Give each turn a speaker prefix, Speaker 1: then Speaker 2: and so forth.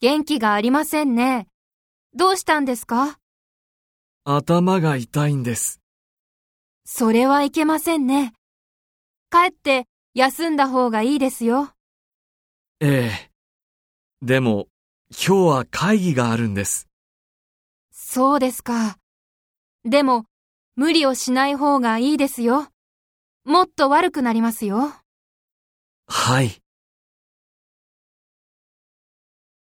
Speaker 1: 元気がありませんね。どうしたんですか
Speaker 2: 頭が痛いんです。
Speaker 1: それはいけませんね。帰って休んだ方がいいですよ。
Speaker 2: ええ。でも、今日は会議があるんです。
Speaker 1: そうですか。でも、無理をしない方がいいですよ。もっと悪くなりますよ。
Speaker 2: はい。